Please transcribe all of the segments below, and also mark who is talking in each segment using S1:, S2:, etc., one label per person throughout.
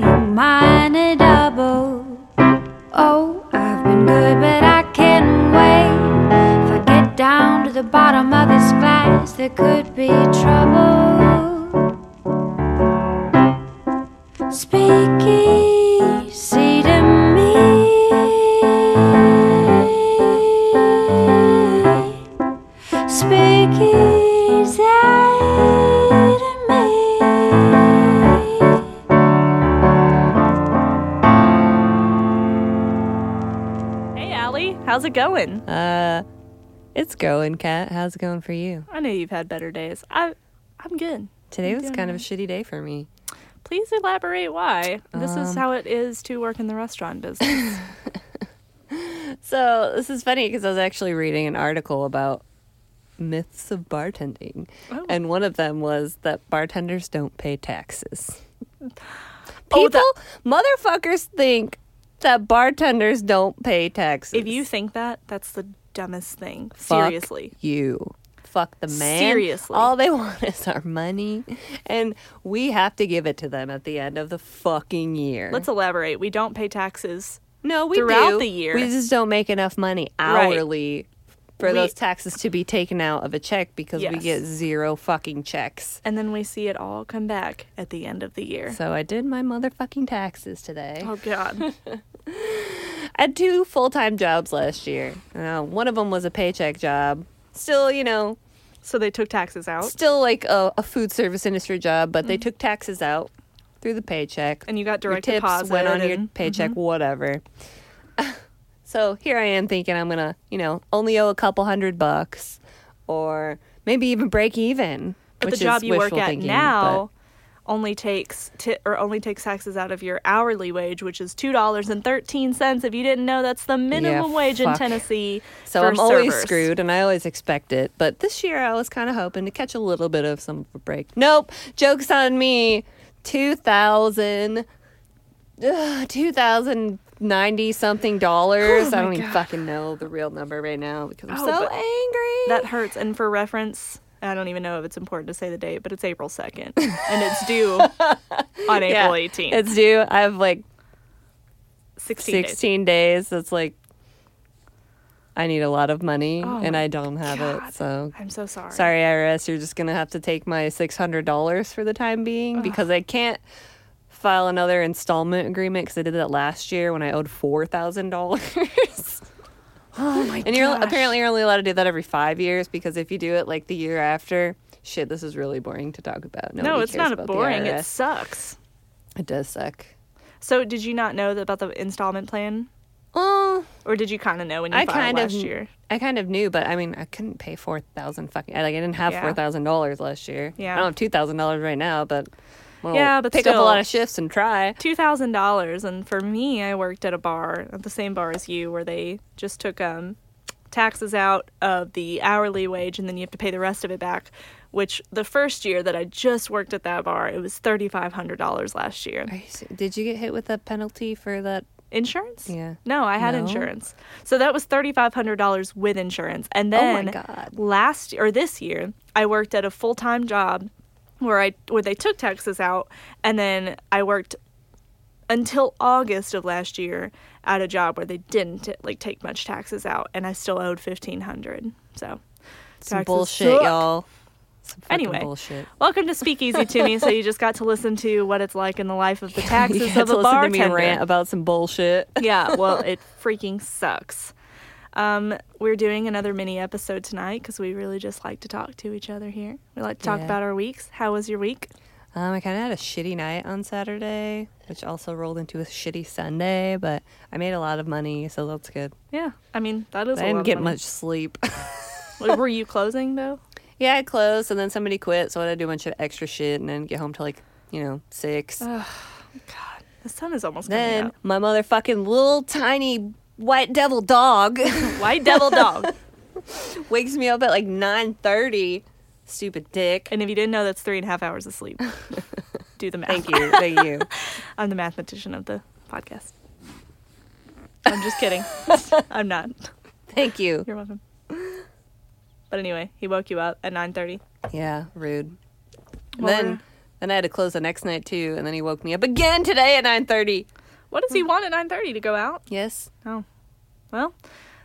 S1: Oh, mine a double. Oh, I've been good, but I can't wait. If I get down to the bottom of this glass, there could be trouble. Speak easy to me. Speak easy to me.
S2: Hey, Allie, how's it going?
S3: Uh, it's going, Kat. How's it going for you?
S2: I know you've had better days. I, I'm good.
S3: Today was
S2: doing
S3: kind of a shitty day for me.
S2: Please elaborate why. This
S3: Um,
S2: is how it is to work in the restaurant business.
S3: So this is funny because I was actually reading an article about myths of bartending,
S2: Oh.
S3: and one of them was that bartenders don't pay taxes. People,
S2: Oh, that-
S3: motherfuckers think that bartenders don't pay taxes.
S2: if you think that, that's the dumbest thing.
S3: Fuck
S2: Seriously.
S3: you. Fuck the man.
S2: Seriously.
S3: All they want is our money, and we have to give it to them at the end of the fucking year.
S2: Let's elaborate. We don't pay taxes.
S3: No, we
S2: throughout
S3: do.
S2: the year.
S3: We just don't make enough money
S2: Right.
S3: hourly for
S2: We-
S3: those taxes to be taken out of a check because we
S2: Yes.
S3: get zero fucking checks.
S2: And then we see it all come back at the end of the year.
S3: So I did my motherfucking taxes today.
S2: Oh, God.
S3: I had two full time jobs last year. Uh, one of them was a paycheck job. Still, you know,
S2: so they took taxes out, Mm-hmm.
S3: still like a, a food service industry job, but they took taxes out through the paycheck.
S2: and you got
S3: your
S2: direct
S3: tips
S2: deposit.
S3: went on your
S2: and-
S3: paycheck, whatever. so here I am thinking I'm gonna, you know, only owe a couple hundred bucks, or maybe even break even.
S2: But the
S3: which
S2: job
S3: is
S2: you work
S3: wishful
S2: at
S3: thinking,
S2: now only takes ti or only takes taxes out of your hourly wage, which is two dollars and thirteen cents. If you didn't know, that's the minimum wage in
S3: fuck.
S2: Tennessee.
S3: but- so
S2: for
S3: I'm always
S2: servers.
S3: screwed, and I always expect it. But this year I was kind of hoping to catch a little bit of some of a break. Nope, jokes on me. Two thousand, two thousand ninety something dollars. I don't even fucking know the real number right now because I'm
S2: Oh,
S3: so
S2: but
S3: angry.
S2: That hurts. And for reference, I don't even know if it's important to say the date, but it's April second, and it's due on April eighteenth.
S3: It's due. I have like
S2: sixteen. days.
S3: 16 days. That's like, I need a lot of money
S2: Oh
S3: and
S2: my
S3: I don't have it.
S2: God.
S3: So
S2: I'm so sorry.
S3: sorry, IRS. You're just going to have to take my $600 for the time being because I can't file another installment agreement because I did that last year when I owed $4,000.
S2: Oh my
S3: and you're
S2: gosh.
S3: apparently you're only allowed to do that every five years because if you do it like the year after, shit, this is really boring to talk about. Nobody
S2: no, it's
S3: cares
S2: not
S3: about the
S2: boring. It
S3: IRS.
S2: sucks.
S3: It does suck.
S2: So did you not know about the installment plan,
S3: Oh.
S2: or did you kind of know when you
S3: I
S2: filed
S3: kind
S2: last
S3: of,
S2: year?
S3: I kind of knew, but I mean, I couldn't pay four thousand fucking. Like, I didn't have
S2: Yeah.
S3: four thousand dollars last year.
S2: Yeah.
S3: I don't have two thousand dollars right now, but well,
S2: Yeah, but
S3: pick up a
S2: still.
S3: lot of shifts and try.
S2: two thousand dollars and for me i worked at a bar at the same bar as you where they just took um taxes out of the hourly wage and then you have to pay the rest of it back which the first year that i just worked at that bar it was $3500 last year
S3: Are you se- Did you get hit with a penalty for that?
S2: insurance
S3: Yeah.
S2: no i had
S3: No?
S2: insurance so that was $3500 with insurance and
S3: Oh my
S2: then
S3: God.
S2: last or this year i worked at a full-time job where i where they took taxes out and then i worked until August of last year at a job where they didn't like take much taxes out, and I still owed fifteen hundred. So,
S3: Some
S2: taxes
S3: bullshit,
S2: suck.
S3: y'all. Some fucking
S2: Anyway,
S3: bullshit.
S2: Welcome to Speakeasy to me. So you just got to listen to what it's like in the life of the taxes
S3: you
S2: of
S3: had to
S2: a
S3: listen to
S2: bartender.
S3: me rant about some bullshit.
S2: yeah, well, it freaking sucks. Um, we're doing another mini episode tonight because we really just like to talk to each other here. We like to talk
S3: Yeah.
S2: about our weeks. How was your week?
S3: Um, I kind of had a shitty night on Saturday, which also rolled into a shitty Sunday. But I made a lot of money, so that's good.
S2: Yeah, I mean that is. a lot
S3: I didn't
S2: of
S3: get
S2: money.
S3: much sleep.
S2: Like, Were you closing though?
S3: Yeah, I closed, and then somebody quit, so I had to do a bunch of extra shit, and then get home till like you know six.
S2: God, the sun is almost coming
S3: then
S2: up.
S3: my motherfucking little tiny white devil dog
S2: White devil dog.
S3: wakes me up at like nine thirty. Stupid dick.
S2: And if you didn't know, that's three and a half hours of sleep. Do the math.
S3: Thank you, thank you.
S2: I'm the mathematician of the podcast. I'm just kidding. I'm not.
S3: Thank you.
S2: You're welcome. But anyway, he woke you up at 9:30.
S3: Yeah, rude. And
S2: Well,
S3: then
S2: we're-
S3: Then I had to close the next night too, and then he woke me up again today at nine thirty.
S2: What does he
S3: Hmm.
S2: want at 9:30 to go out?
S3: Yes.
S2: Oh, well,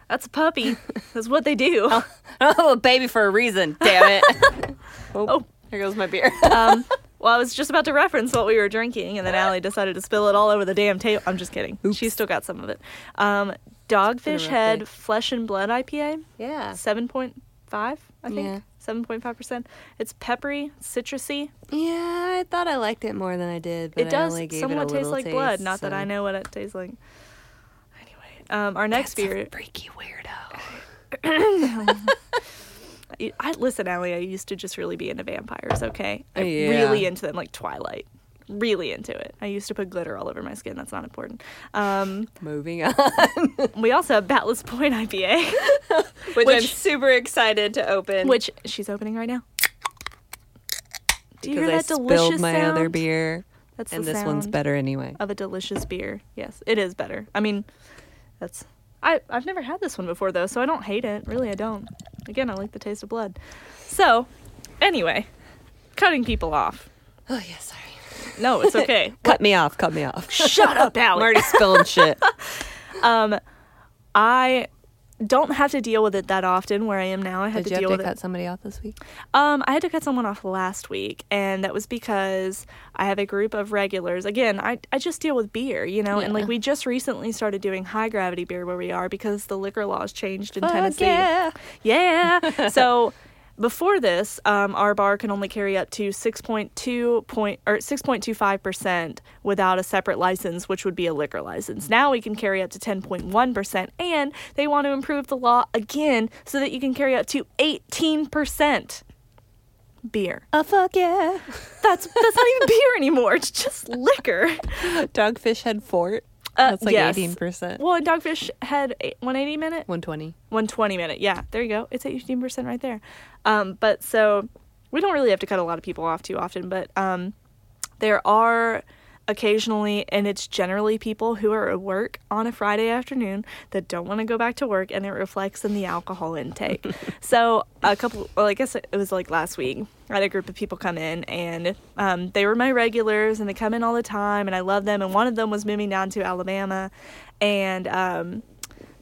S2: that's a puppy. that's what they do.
S3: Oh, a baby for a reason. Damn it. oh, here goes my beer.
S2: Um, well, I was just about to reference what we were drinking, and then Allie decided to spill it all over the damn table. I'm just kidding. She's still got some of it. Um, Dogfish
S3: rough day.
S2: Head Flesh and Blood IPA,
S3: yeah.
S2: 7.5, I think.
S3: Yeah.
S2: 7.5%. It's peppery, citrusy.
S3: Yeah, I thought I liked it more than I did, but
S2: it
S3: I
S2: does
S3: only gave
S2: somewhat
S3: it
S2: taste
S3: a little
S2: like
S3: taste,
S2: blood. Not that
S3: so-
S2: I know what it tastes like. Anyway, um, our next beer.
S3: Freaky weirdo.
S2: I, I- listen, Allie. I used to just really be into vampires. Okay, I'm
S3: Yeah.
S2: really into them, like Twilight. Really into it. I used to put glitter all over my skin. That's not important. Um,
S3: Moving on,
S2: we also have Batless Point IPA,
S3: which, I'm
S2: Which-
S3: super excited to open.
S2: which she's opening right now. Do you hear
S3: because I
S2: that delicious
S3: spilled my
S2: sound?
S3: other beer,
S2: That's
S3: and
S2: the
S3: this one's
S2: sound
S3: better anyway.
S2: of a delicious beer. Yes, it is better. I mean, that's I I've never had this one before though, so I don't hate it. Really, I don't. Again, I like the taste of blood. So, anyway, cutting people off.
S3: Oh yeah, sorry.
S2: No, it's okay.
S3: Cut me off. Cut me off.
S2: Shut up,
S3: I'm
S2: Allie.
S3: already spilling shit.
S2: I don't have to deal with it that often where I am now. I had
S3: Did
S2: to
S3: you
S2: deal
S3: have
S2: with it.
S3: to cut somebody off this week?
S2: Um, I had to cut someone off last week, and that was because I have a group of regulars. Again, I, I just deal with beer, you know, and
S3: Yeah.
S2: like we just recently started doing high gravity beer where we are because the liquor laws changed in
S3: Fuck
S2: Tennessee.
S3: yeah.
S2: Yeah. so before this, um, our bar can only carry up to 6.2 point or 6.25% without a separate license, which would be a liquor license. Now we can carry up to 10.1%, and they want to improve the law again so that you can carry up to 18% beer.
S3: Oh fuck yeah!
S2: That's that's not even beer anymore. It's just liquor.
S3: Dogfish Head Fort.
S2: Uh,
S3: That's like
S2: yes.
S3: eighteen percent.
S2: Well, and Dogfish had a 180 minute.
S3: One twenty.
S2: 120 minute. Yeah, there you go. It's at 18% right there. Um, but so we don't really have to cut a lot of people off too often, but um, there are occasionally, and it's generally people who are at work on a Friday afternoon that don't want to go back to work, and it reflects in the alcohol intake. so a couple, well, I guess it was like last week, I had a group of people come in, and um, they were my regulars, and they come in all the time, and I love them. And one of them was moving down to Alabama, and um,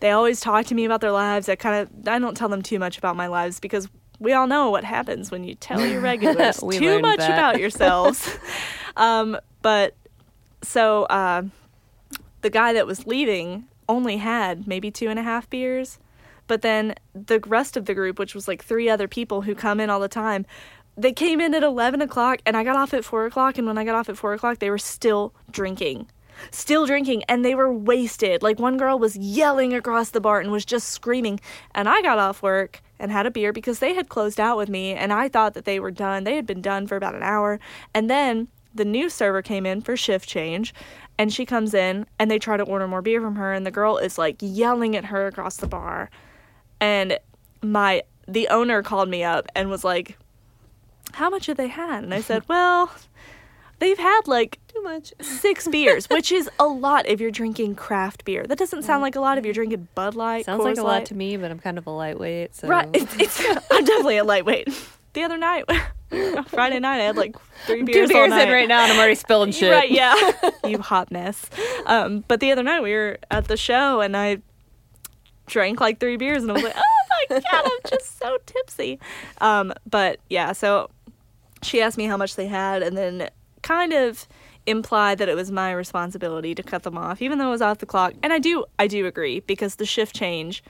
S2: they always talk to me about their lives. I kind of I don't tell them too much about my lives because we all know what happens when you tell your regulars
S3: We
S2: too
S3: learned
S2: much
S3: that.
S2: about yourselves. um, but so uh, the guy that was leaving only had maybe two and a half beers, but then the rest of the group, which was like three other people who come in all the time, they came in at eleven o'clock, and I got off at four o'clock. And when I got off at four o'clock, they were still drinking still drinking and they were wasted. Like one girl was yelling across the bar and was just screaming. And I got off work and had a beer because they had closed out with me and I thought that they were done. They had been done for about an hour. And then the new server came in for shift change and she comes in and they try to order more beer from her and the girl is like yelling at her across the bar. And my the owner called me up and was like how much have they had? And I said, "Well, they've had like
S3: Too much.
S2: six beers, which is a lot if you're drinking craft beer. That doesn't sound like a lot if you're drinking Bud Light.
S3: Sounds like
S2: Coors
S3: a
S2: Light.
S3: lot to me, but I'm kind of a lightweight. So
S2: Right? It's, it's- I'm definitely a lightweight. The other night, Friday night, I had like three
S3: two
S2: beers. all
S3: beers in
S2: night.
S3: right now, and I'm already spilling shit.
S2: Right, yeah. you hot mess. Um, but the other night we were at the show and I drank like three beers and I was like, oh my God, I'm just so tipsy. Um, but yeah, so she asked me how much they had and then kind of implied that it was my responsibility to cut them off, even though it was off the clock. And I do, I do agree because the shift change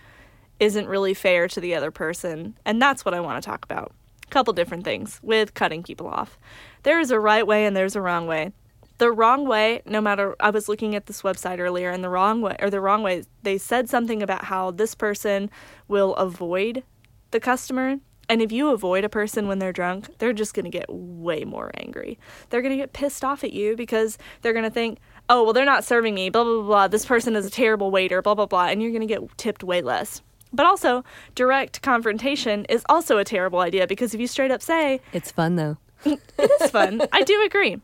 S2: isn't really fair to the other person. And that's what I want to talk about. Couple different things with cutting people off. There is a right way and there's a wrong way. The wrong way, no matter I was looking at this website earlier and the wrong way or the wrong way, they said something about how this person will avoid the customer. And if you avoid a person when they're drunk, they're just going to get way more angry. They're going to get pissed off at you because they're going to think, oh, well, they're not serving me, blah, blah, blah, blah. This person is a terrible waiter, blah, blah, blah. And you're going to get tipped way less. But also, direct confrontation is also a terrible idea because if you straight up say,
S3: It's fun though.
S2: it's fun. I do agree.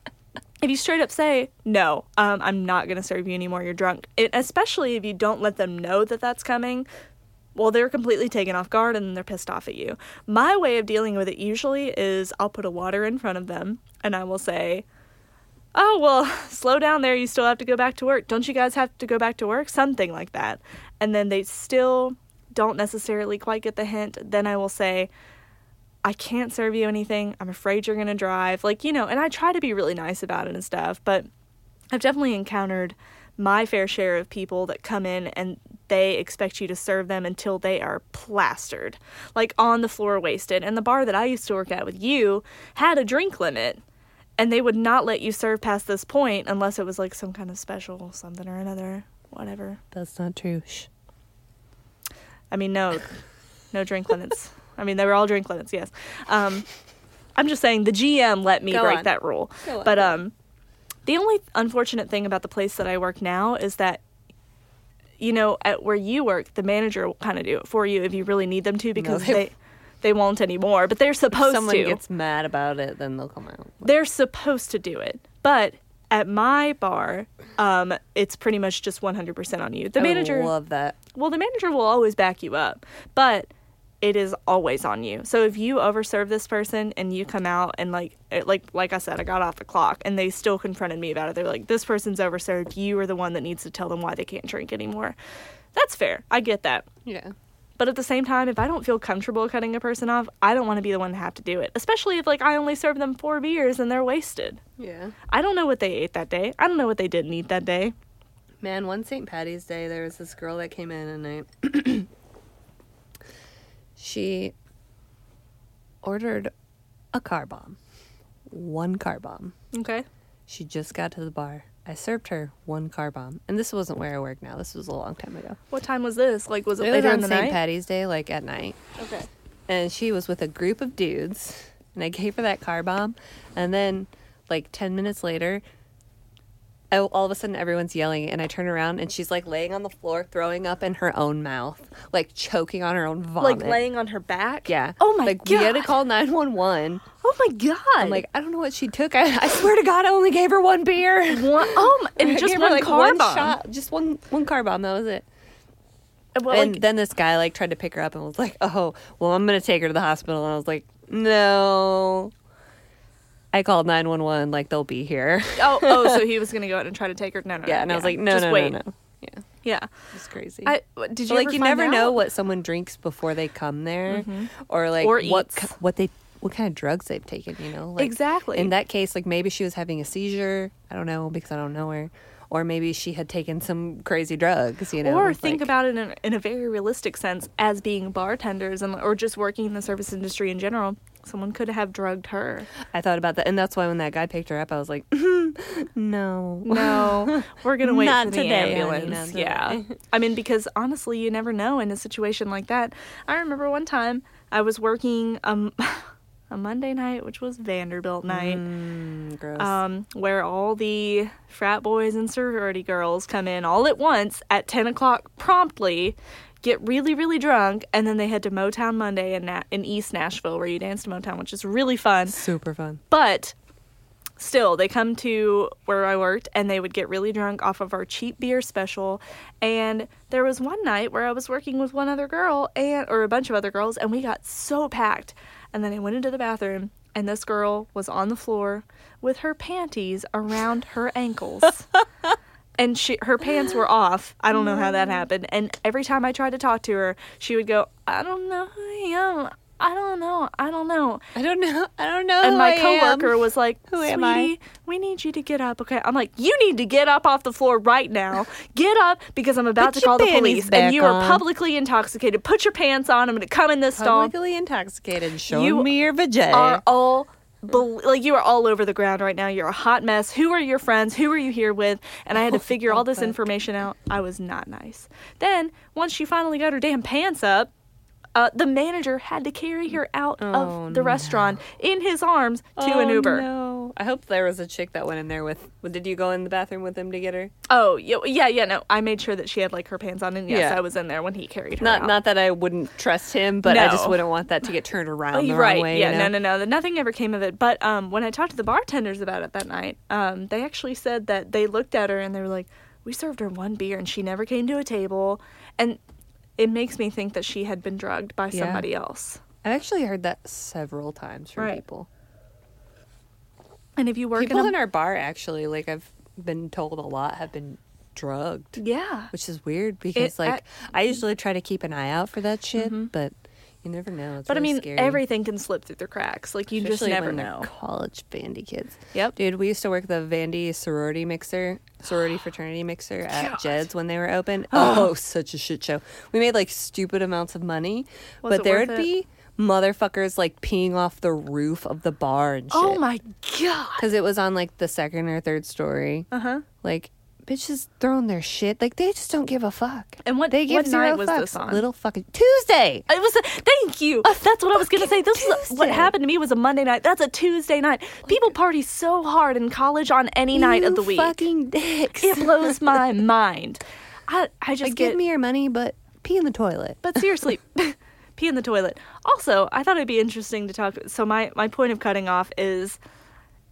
S2: If you straight up say, no, um, I'm not going to serve you anymore, you're drunk, it, especially if you don't let them know that that's coming, well, they're completely taken off guard and they're pissed off at you. My way of dealing with it usually is I'll put a water in front of them and I will say, Oh, well, slow down there. You still have to go back to work. Don't you guys have to go back to work? Something like that. And then they still don't necessarily quite get the hint. Then I will say, I can't serve you anything. I'm afraid you're going to drive. Like, you know, and I try to be really nice about it and stuff, but I've definitely encountered my fair share of people that come in and they expect you to serve them until they are plastered, like on the floor wasted. And the bar that I used to work at with you had a drink limit. And they would not let you serve past this point unless it was like some kind of special something or another, whatever.
S3: That's not true. Shh.
S2: I mean, no, no drink limits. I mean, they were all drink limits, yes. Um, I'm just saying the GM let me
S3: Go
S2: break
S3: on.
S2: that rule.
S3: Go on,
S2: But
S3: go
S2: um, the only unfortunate thing about the place that I work now is that, you know, at where you work, the manager will kind of do it for you if you really need them to because
S3: they-
S2: they, they won't anymore. But they're supposed
S3: If someone
S2: to
S3: gets mad about it, then they'll come out.
S2: they're supposed to do it. But at my bar, um, it's pretty much just 100% on you. The
S3: I would
S2: manager
S3: love that.
S2: well, the manager will always back you up, but it is always on you. So if you overserve this person and you come out and like it, like like I said, I got off the clock and they still confronted me about it. They're like, "This person's overserved. You are the one that needs to tell them why they can't drink anymore." That's fair. I get that.
S3: Yeah.
S2: But at the same time, if I don't feel comfortable cutting a person off, I don't want to be the one to have to do it. Especially if like I only serve them 4 beers and they're wasted.
S3: Yeah.
S2: I don't know what they ate that day. I don't know what they didn't eat that day.
S3: Man, one St. Patty's Day, there was this girl that came in and I. she ordered a car bomb. One car bomb.
S2: Okay.
S3: She just got to the bar. I served her one car bomb. And this wasn't where I work now. This was a long time ago.
S2: What time was this? Like was it,
S3: It was
S2: later in
S3: on
S2: the
S3: St.
S2: night?
S3: Patty's Day, like at night.
S2: Okay.
S3: and she was with a group of dudes and i gave her that car bomb and then like 10 minutes later I, all of a sudden everyone's yelling and i turn around and she's like laying on the floor throwing up in her own mouth like choking on her own vomit
S2: like laying on her back.
S3: yeah
S2: Oh my
S3: like,
S2: god.
S3: we had to call 911
S2: Oh my god.
S3: i'm like i don't know what she took i, I swear to god i only gave her one beer
S2: one, oh my,
S3: I
S2: and just
S3: gave her,
S2: one
S3: like,
S2: car
S3: one
S2: bomb.
S3: shot just one one car bomb that was it
S2: Well,
S3: and
S2: like,
S3: then this guy like tried to pick her up and was like, "Oh, well, I'm gonna take her to the hospital." And I was like, "No." I called nine one one. Like they'll be here.
S2: oh, oh, so he was gonna go out and try to take her. No, no.
S3: yeah, and I was like, "No,
S2: just
S3: no,
S2: wait.
S3: no, no." Yeah,
S2: Yeah.
S3: it's crazy.
S2: I w- did you
S3: like
S2: ever
S3: you
S2: find
S3: never know
S2: out? Mm-hmm.
S3: what someone drinks before they come there, or like
S2: Or
S3: what
S2: eats.
S3: ki- what they what kind of drugs they've taken. You know, like,
S2: Exactly.
S3: In that case, like maybe she was having a seizure. I don't know because I don't know her, or maybe she had taken some crazy drugs. You know,
S2: or think
S3: like-
S2: about it in, in a very realistic sense as being bartenders and or just working in the service industry in general. Someone could have drugged her.
S3: I thought about that, and that's why when that guy picked her up, I was like, "No."
S2: No, we're gonna wait
S3: Not
S2: for the
S3: today, honey,
S2: ambulance.
S3: not today.
S2: yeah, I mean because honestly, you never know in a situation like that. I remember one time I was working um a Monday night, which was Vanderbilt night,
S3: Mm, gross.
S2: um, where all the frat boys and sorority girls come in all at once at ten o'clock promptly. Get really, really drunk, and then they head to Motown Monday in, Na- in East Nashville, where you dance to Motown, which is really fun
S3: Super fun.
S2: but still they come to where i worked and they would get really drunk off of our cheap beer special and there was one night where i was working with one other girl and or a bunch of other girls and we got so packed and then i went into the bathroom and this girl was on the floor with her panties around her ankles and she her pants were off. I don't know how that happened. And every time I tried to talk to her, she would go, "I don't know who I am. I don't know. I don't know."
S3: I don't know. I don't know.
S2: and
S3: who
S2: my
S3: Oh, I am.
S2: coworker was like,
S3: Who
S2: "Sweetie,
S3: am I?"
S2: we need you to get up." Okay, I'm like, "You need to get up off the floor right now. Get up because I'm about
S3: Put
S2: to
S3: your
S2: call the
S3: panties
S2: police,
S3: back
S2: and you are
S3: on."
S2: publicly intoxicated. Put your pants on. I'm going to come in this stall.
S3: publicly intoxicated. Show
S2: You
S3: me your vajay.
S2: Are all." bel like you are all over the ground right now. You're a hot mess. Who are your friends? Who are you here with? And I had to figure all this information out. I was not nice. Then once she finally got her damn pants up, uh, the manager had to carry her out
S3: Oh,
S2: of the restaurant in his arms to an
S3: Oh,
S2: Uber.
S3: No. I hope there was a chick that went in there with. well, Did you go in the bathroom with him to get her?
S2: Oh yeah, yeah, yeah. No, I made sure that she had like her pants on, and yes,
S3: Yeah.
S2: I was in there when he carried her.
S3: Not,
S2: out.
S3: not that I wouldn't trust him, but I just
S2: No.
S3: wouldn't want that to get turned around the
S2: Oh,
S3: wrong
S2: right.
S3: way.
S2: yeah,
S3: you know?
S2: no, no, no. Nothing ever came of it. But um, when I talked to the bartenders about it that night, um, they actually said that they looked at her and they were like, "We served her one beer and she never came to a table," and it makes me think that she had been drugged by
S3: Yeah.
S2: somebody else.
S3: I've actually heard that several times from
S2: Right.
S3: people.
S2: And if you work
S3: people
S2: in a
S3: in our bar actually, like I've been told a lot, have been drugged,
S2: yeah,
S3: which is weird because
S2: It-
S3: like I, usually try to keep an eye out for that shit, but you never know.
S2: Mm-hmm.
S3: It's
S2: but I
S3: really
S2: mean
S3: scary.
S2: everything can slip through the cracks. Like you
S3: Especially
S2: just never
S3: when they're
S2: know.
S3: College Vandy kids.
S2: Yep.
S3: Dude, we used to work the Vandy sorority mixer, sorority fraternity mixer at
S2: God.
S3: Jed's when they were open. Oh, such a shit show. We made like stupid amounts of money,
S2: Was
S3: but
S2: it
S3: there
S2: worth
S3: would
S2: it?
S3: be motherfuckers like peeing off the roof of the bar and shit.
S2: Oh my god!
S3: Because it was on like the second or third story. Uh
S2: Uh-huh.
S3: huh. Like bitches throwing their shit. Like they just don't give a fuck.
S2: And what-
S3: they give
S2: what
S3: zero
S2: night was
S3: fucks.
S2: this on?
S3: Little fucking Tuesday.
S2: It was a, thank you. That's what I was gonna say. This is what
S3: Tuesday.
S2: happened to me was a Monday night. That's a Tuesday night. People party so hard in college on any night
S3: You
S2: of the week.
S3: Fucking dicks.
S2: It blows my mind. I I just
S3: Like,
S2: get
S3: give me your money, but pee in the toilet.
S2: But seriously, pee in the toilet. Also, I thought it'd be interesting to talk. So my my point of cutting off is,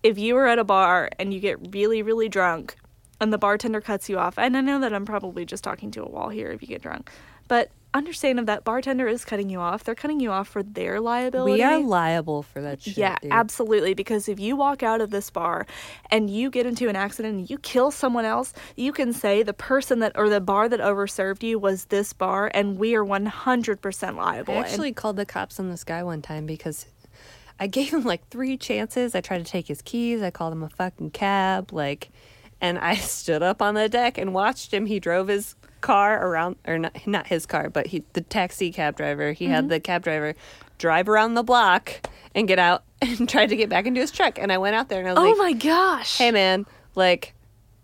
S2: if you are at a bar and you get really really drunk, and the bartender cuts you off, and I know that I'm probably just talking to a wall here if you get drunk, but understand if that bartender is cutting you off, they're cutting you off for their liability.
S3: We are liable for that shit.
S2: Yeah,
S3: dude.
S2: absolutely. Because if you walk out of this bar and you get into an accident and you kill someone else, you can say the person that or the bar that overserved you was this bar, and we are 100% liable.
S3: I
S2: And
S3: actually called the cops on this guy one time because I gave him like three chances. I tried to take his keys. I called him a fucking cab. Like, and I stood up on the deck and watched him. He drove his car around, or not, not his car, but he the taxi cab driver. He
S2: Mm-hmm.
S3: had the cab driver drive around the block and get out and tried to get back into his truck. And I went out there and I was
S2: oh
S3: like,
S2: my gosh.
S3: hey man, like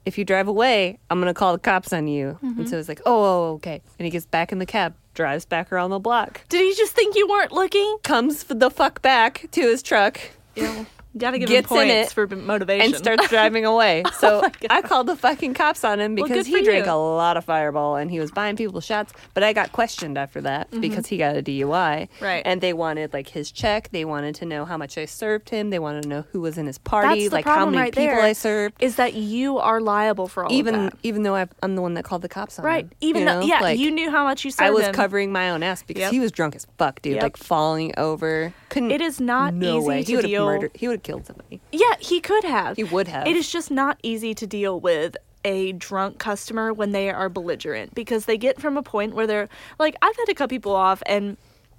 S3: if you drive away, I'm gonna call the cops on you.
S2: Mm-hmm.
S3: And so it's like, oh, oh, okay. And he gets back in the cab, drives back around the block,
S2: Did he just think you weren't looking?
S3: comes f- the fuck back to his truck,
S2: Yeah. Gotta give
S3: Gets
S2: him
S3: in
S2: points
S3: it
S2: for b- motivation.
S3: and starts driving away. So I called the fucking cops on him
S2: Oh Well,
S3: because
S2: good for
S3: he drank
S2: you.
S3: a lot of Fireball and he was buying people shots. But I got questioned after that because he got a DUI,
S2: Mm-hmm. Right.
S3: And they wanted like his check. They wanted to know how much I served him. They wanted to know who was in his
S2: That's
S3: party,
S2: the
S3: like how
S2: problem
S3: many
S2: right
S3: people
S2: there,
S3: I served.
S2: Is that you are liable for all of
S3: even
S2: that.
S3: even though i I'm the one that called the cops on
S2: Right.
S3: him,
S2: Even
S3: you
S2: though,
S3: know?
S2: yeah,
S3: Like,
S2: you knew how much you served
S3: I was
S2: him.
S3: covering my own ass because
S2: Yep.
S3: he was drunk as fuck, dude.
S2: Yep.
S3: Like falling over, couldn't.
S2: It is not
S3: no
S2: easy
S3: way.
S2: to
S3: he would
S2: deal-
S3: have murdered. He would have killed somebody.
S2: Yeah, he could have.
S3: He would have.
S2: It is just not easy to deal with a drunk customer when they are belligerent because they get from a point where they're like, I've had to cut people off. And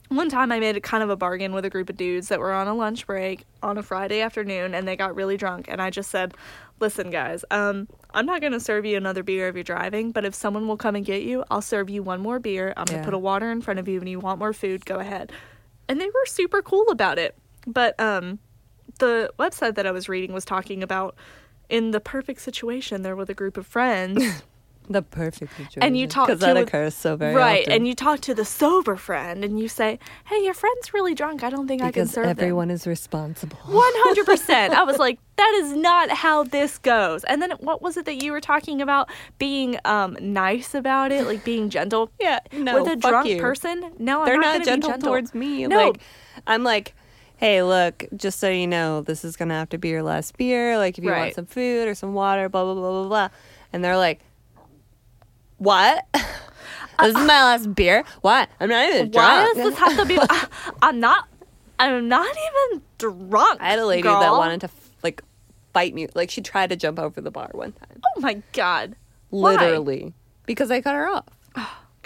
S2: one time I made a kind of a bargain with a group of dudes that were on a lunch break on a Friday afternoon and they got really drunk. And I just said, Listen, guys, um, I'm not going to serve you another beer if you're driving, but if someone will come and get you, I'll serve you one more beer. I'm going to
S3: Yeah.
S2: put a water in front of you and you want more food, go ahead. And they were super cool about it. But, um, the website that I was reading was talking about in the perfect situation they're with a group of friends
S3: The perfect situation.
S2: and you talk to
S3: because that
S2: a-
S3: occurs so very
S2: right
S3: often.
S2: and you talk to the sober friend and you say hey your friend's really drunk i don't think i can
S3: because
S2: serve
S3: everyone is responsible.
S2: one hundred percent. I was like, that is not how this goes. And then what was it that you were talking about being um, nice about it, like being gentle?
S3: Yeah, no,
S2: with a
S3: fuck
S2: drunk
S3: you.
S2: person, no,
S3: They're
S2: I'm
S3: not,
S2: gonna be
S3: gentle,
S2: gentle
S3: towards me.
S2: No,
S3: Like I'm like, hey, look, just so you know, this is gonna have to be your last beer. Like if you want
S2: Right.
S3: some food or some water, blah blah blah blah blah. And they're like, what? this is my last beer. What? I'm not even
S2: Why
S3: drunk.
S2: does this have to be? I, I'm not. I'm not even drunk.
S3: I had a lady
S2: girl.
S3: that wanted to like fight me. Like she tried to jump over the bar one time,
S2: Oh my god. Why? Oh,
S3: literally, because I cut her off.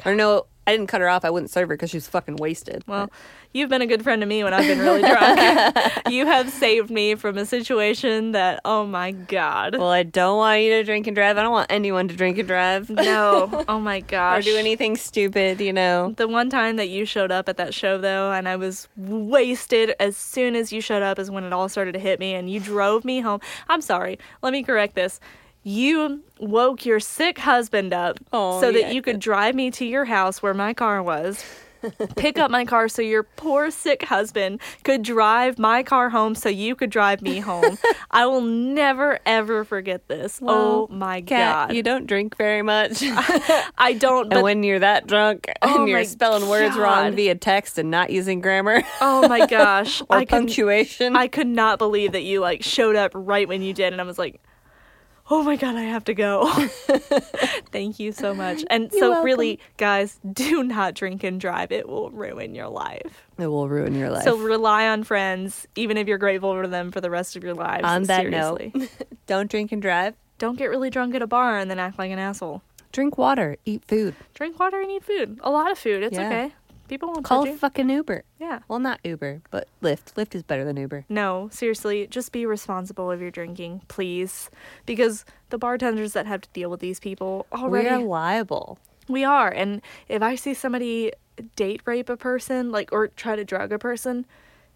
S3: or no, I didn't cut her off. I wouldn't serve her because she was fucking wasted.
S2: Well, you've been a good friend to me when I've been really drunk. you have saved me from a situation that. Oh my god.
S3: Well, I don't want you to drink and drive. I don't want anyone to drink and drive
S2: No. Oh my
S3: or
S2: gosh.
S3: do anything stupid, you know.
S2: The one time that you showed up at that show, though, and I was wasted as soon as you showed up, is when it all started to hit me, and you drove me home. I'm sorry. Let me correct this. You woke your sick husband up
S3: Oh,
S2: so
S3: yeah, I
S2: that you could drive me to your house where my car was, pick up my car so your poor sick husband could drive my car home so you could drive me home. I will never, ever forget this. oh my
S3: Cat,
S2: God.
S3: you don't drink very much.
S2: I don't,
S3: and
S2: but
S3: when you're that drunk
S2: Oh
S3: and you're
S2: my
S3: spelling words wrong
S2: God.
S3: via text and not using grammar
S2: oh my gosh.
S3: or
S2: I couldn't-
S3: punctuation,
S2: I could not believe that you like showed up right when you did, and I was like, oh my god, I have to go. Thank you so much. And so,
S3: welcome.
S2: really, guys, do not drink and drive. It will ruin your life.
S3: It will ruin your life.
S2: So rely on friends, even if you're grateful for them for the rest of your lives.
S3: on that
S2: Seriously.
S3: note, don't drink and drive.
S2: don't get really drunk at a bar and then act like an asshole.
S3: Drink water. Eat food.
S2: Drink water and eat food. A lot of food. It's
S3: Yeah.
S2: okay. People won't
S3: Call
S2: judge you.
S3: fucking Uber.
S2: yeah.
S3: Well, not Uber, but Lyft. Lyft is better than Uber.
S2: No, seriously, just be responsible if you're drinking, please. Because the bartenders that have to deal with these people already
S3: We are liable.
S2: We are. And if I see somebody date rape a person, like, or try to drug a person,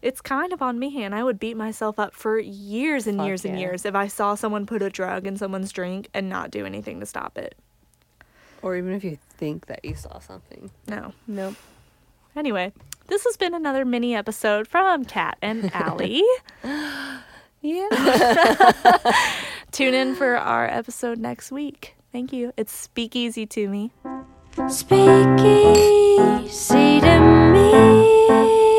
S2: it's kind of on me. And I would beat myself up for years and
S3: Fuck
S2: years and
S3: yeah.
S2: years if I saw someone put a drug in someone's drink and not do anything to stop it.
S3: Or even if you think that you saw something.
S2: No.
S3: Nope.
S2: Anyway, this has been another mini episode from Kat and Allie.
S3: Yeah.
S2: Tune in for our episode next week. Thank you. It's Speakeasy to Me.
S1: Speakeasy to me.